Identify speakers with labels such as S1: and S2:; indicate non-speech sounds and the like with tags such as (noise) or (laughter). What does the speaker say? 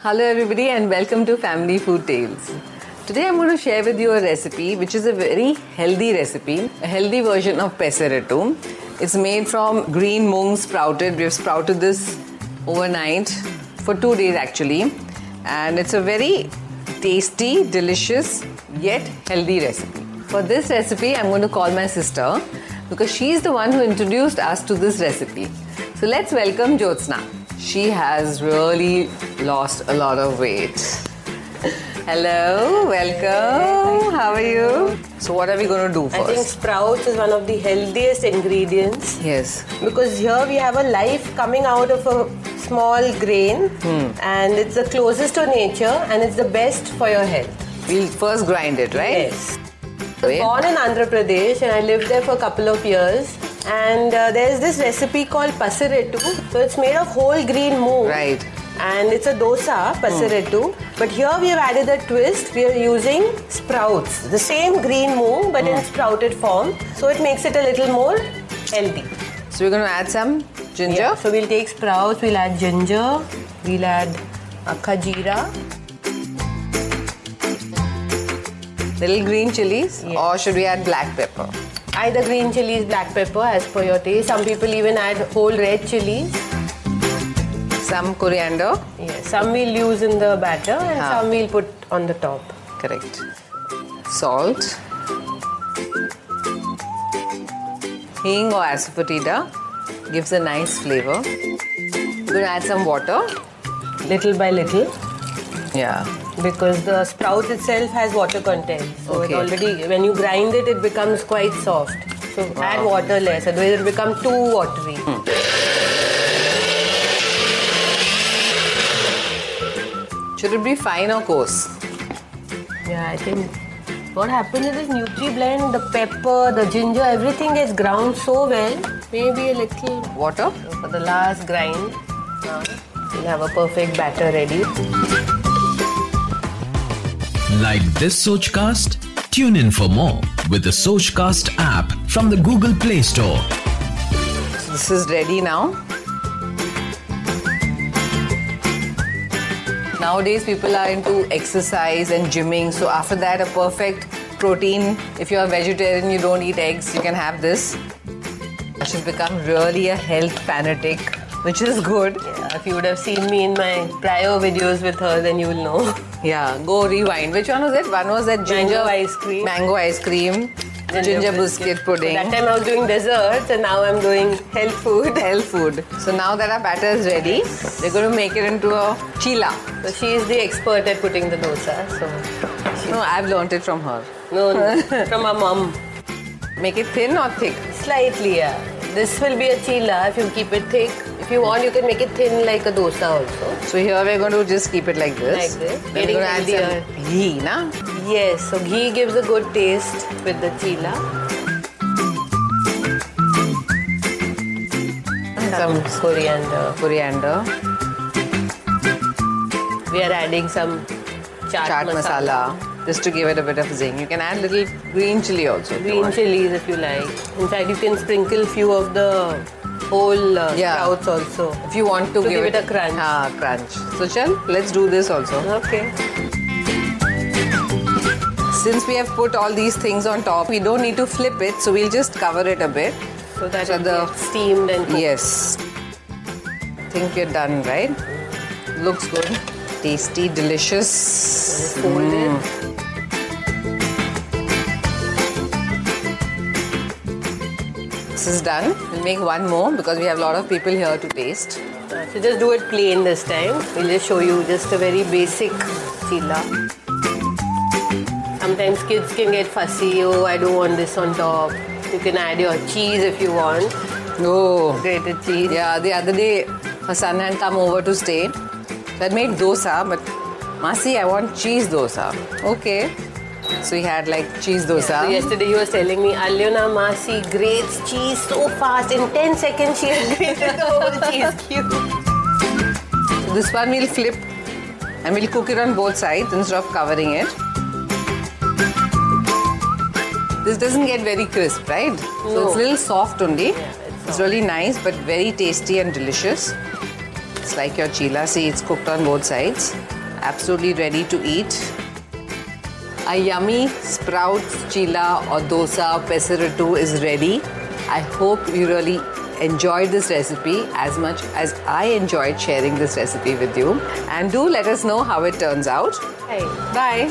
S1: Hello, everybody, and welcome to Family Food Tales. Today, I'm going to share with you a recipe which is a very healthy recipe, a healthy version of peseretum. It's made from green mung sprouted. We've sprouted this overnight for two days actually, and it's a very tasty, delicious, yet healthy recipe. For this recipe, I'm going to call my sister because she's the one who introduced us to this recipe. So let's welcome Jyotsna. She has really lost a lot of weight. Hello, welcome. How are you? So, what are we going to do
S2: I think
S1: first?
S2: sprouts is one of the healthiest ingredients
S1: Yes,
S2: because here we have a life coming out of a small grain
S1: Hmm.
S2: and it's the closest to nature and it's the best for your health.
S1: we'll first grind it, right?
S2: Yes.
S1: Wait.
S2: Born in Andhra Pradesh and I lived there for a couple of years. And uh, there's this recipe called pasiretu. So it's made of whole green moong.
S1: Right.
S2: And it's a dosa, pasiretu. But here we have added a twist. We are using sprouts. The same green moong but in sprouted form. So it makes it a little more healthy.
S1: So, we're going to add some ginger.
S2: Yeah. So we'll take sprouts, we'll add ginger, we'll add uh, akha jeera.
S1: Little green chilies,
S2: Yes.
S1: or should we add black pepper?
S2: Either green chilies, black pepper as per your taste. Some people even add whole red chilies.
S1: Some coriander.
S2: Yes, some we'll use in the batter and
S1: Ah.
S2: some we'll put on the top.
S1: Correct. Salt. Hing or asafoetida gives a nice flavor. We're going to add some water.
S2: Little by little
S1: Yeah.
S2: because the sprout itself has water content. So
S1: Okay.
S2: it already, when you grind it, it becomes quite soft. So add water less, otherwise it becomes too watery.
S1: Hmm. Should it be fine or coarse?
S2: Yeah, I think what happens is this Nutri Blend, the pepper, the ginger, everything gets ground so well. Maybe a little
S1: Water?
S2: for the last grind. Now we'll have a perfect batter ready.
S3: Like this Sochcast? Tune in for more with the Sochcast app from the Google Play Store.
S1: So this is ready now. Nowadays, people are into exercise and gymming. So, after that, a perfect protein. If you're a vegetarian, you don't eat eggs, you can have this. She's become really a health fanatic, which is good.
S2: Yeah, if you would have seen me in my prior videos with her, then you will know.
S1: Yeah, go rewind. Which one was it? One was that ginger
S2: ice cream.
S1: mango ice cream, ginger,
S2: (laughs)
S1: biscuit, pudding.
S2: That time I was doing desserts, and now I'm doing health food.
S1: health food. So now that our batter is ready, we're going to make it into a chila.
S2: So she is the expert at putting the dosa. So
S1: No, I've learnt it from her.
S2: no, (laughs) no from our mom.
S1: Make it thin or thick?
S2: Slightly, yeah. This will be a chila if you keep it thick. If you want, you can make it thin like a dosa also.
S1: So here we're going to just keep it like this.
S2: Like this.
S1: Then
S2: Getting
S1: we're going to add some ghee, na?
S2: Yes. So ghee gives a good taste with the chila. Some coriander.
S1: Coriander,
S2: We are adding some chaat,
S1: chaat masala. just to give it a bit of zing. You can add little green chili also. if you
S2: green
S1: want.
S2: chilies if you like. In fact, you can sprinkle few of the whole uh,
S1: Yeah.
S2: sprouts also.
S1: If you want to,
S2: To give it a crunch.
S1: Ah, crunch. So chal, let's do this also.
S2: Okay.
S1: Since we have put all these things on top, we don't need to flip it, so we'll just cover it a bit.
S2: So that
S1: So
S2: it
S1: the-
S2: gets steamed and cooked.
S1: Yes. Think you're done, right? Looks good. Tasty, delicious. Mm.
S2: folded.
S1: This is done. We'll make one more because we have a lot of people here to taste.
S2: Uh, So just do it plain this time. We'll just show you just a very basic chila. Sometimes kids can get fussy. Oh, I don't want this on top. You can add your cheese if you want.
S1: Oh.
S2: Grated cheese.
S1: Yeah, the other day her son had come over to stay. So I'd made dosa, but Masi, I want cheese dosa. Okay. So he had like cheese
S2: So
S1: dosa.
S2: yesterday he was telling me Alyona Masi grates cheese so fast. In 10 seconds she has (laughs) grated the whole cheese cube.
S1: This one we'll flip and we'll cook it on both sides instead of covering it. This doesn't get very crisp, right? So
S2: No.
S1: it's a little soft only.
S2: it's
S1: it's, really nice but very tasty and delicious. It's like your chila, see, it's cooked on both sides. absolutely ready to eat. A yummy sprouts chila or dosa pesarattu is ready. I hope you really enjoyed this recipe as much as I enjoyed sharing this recipe with you. And do let us know how it turns out.
S2: Bye.
S1: Bye.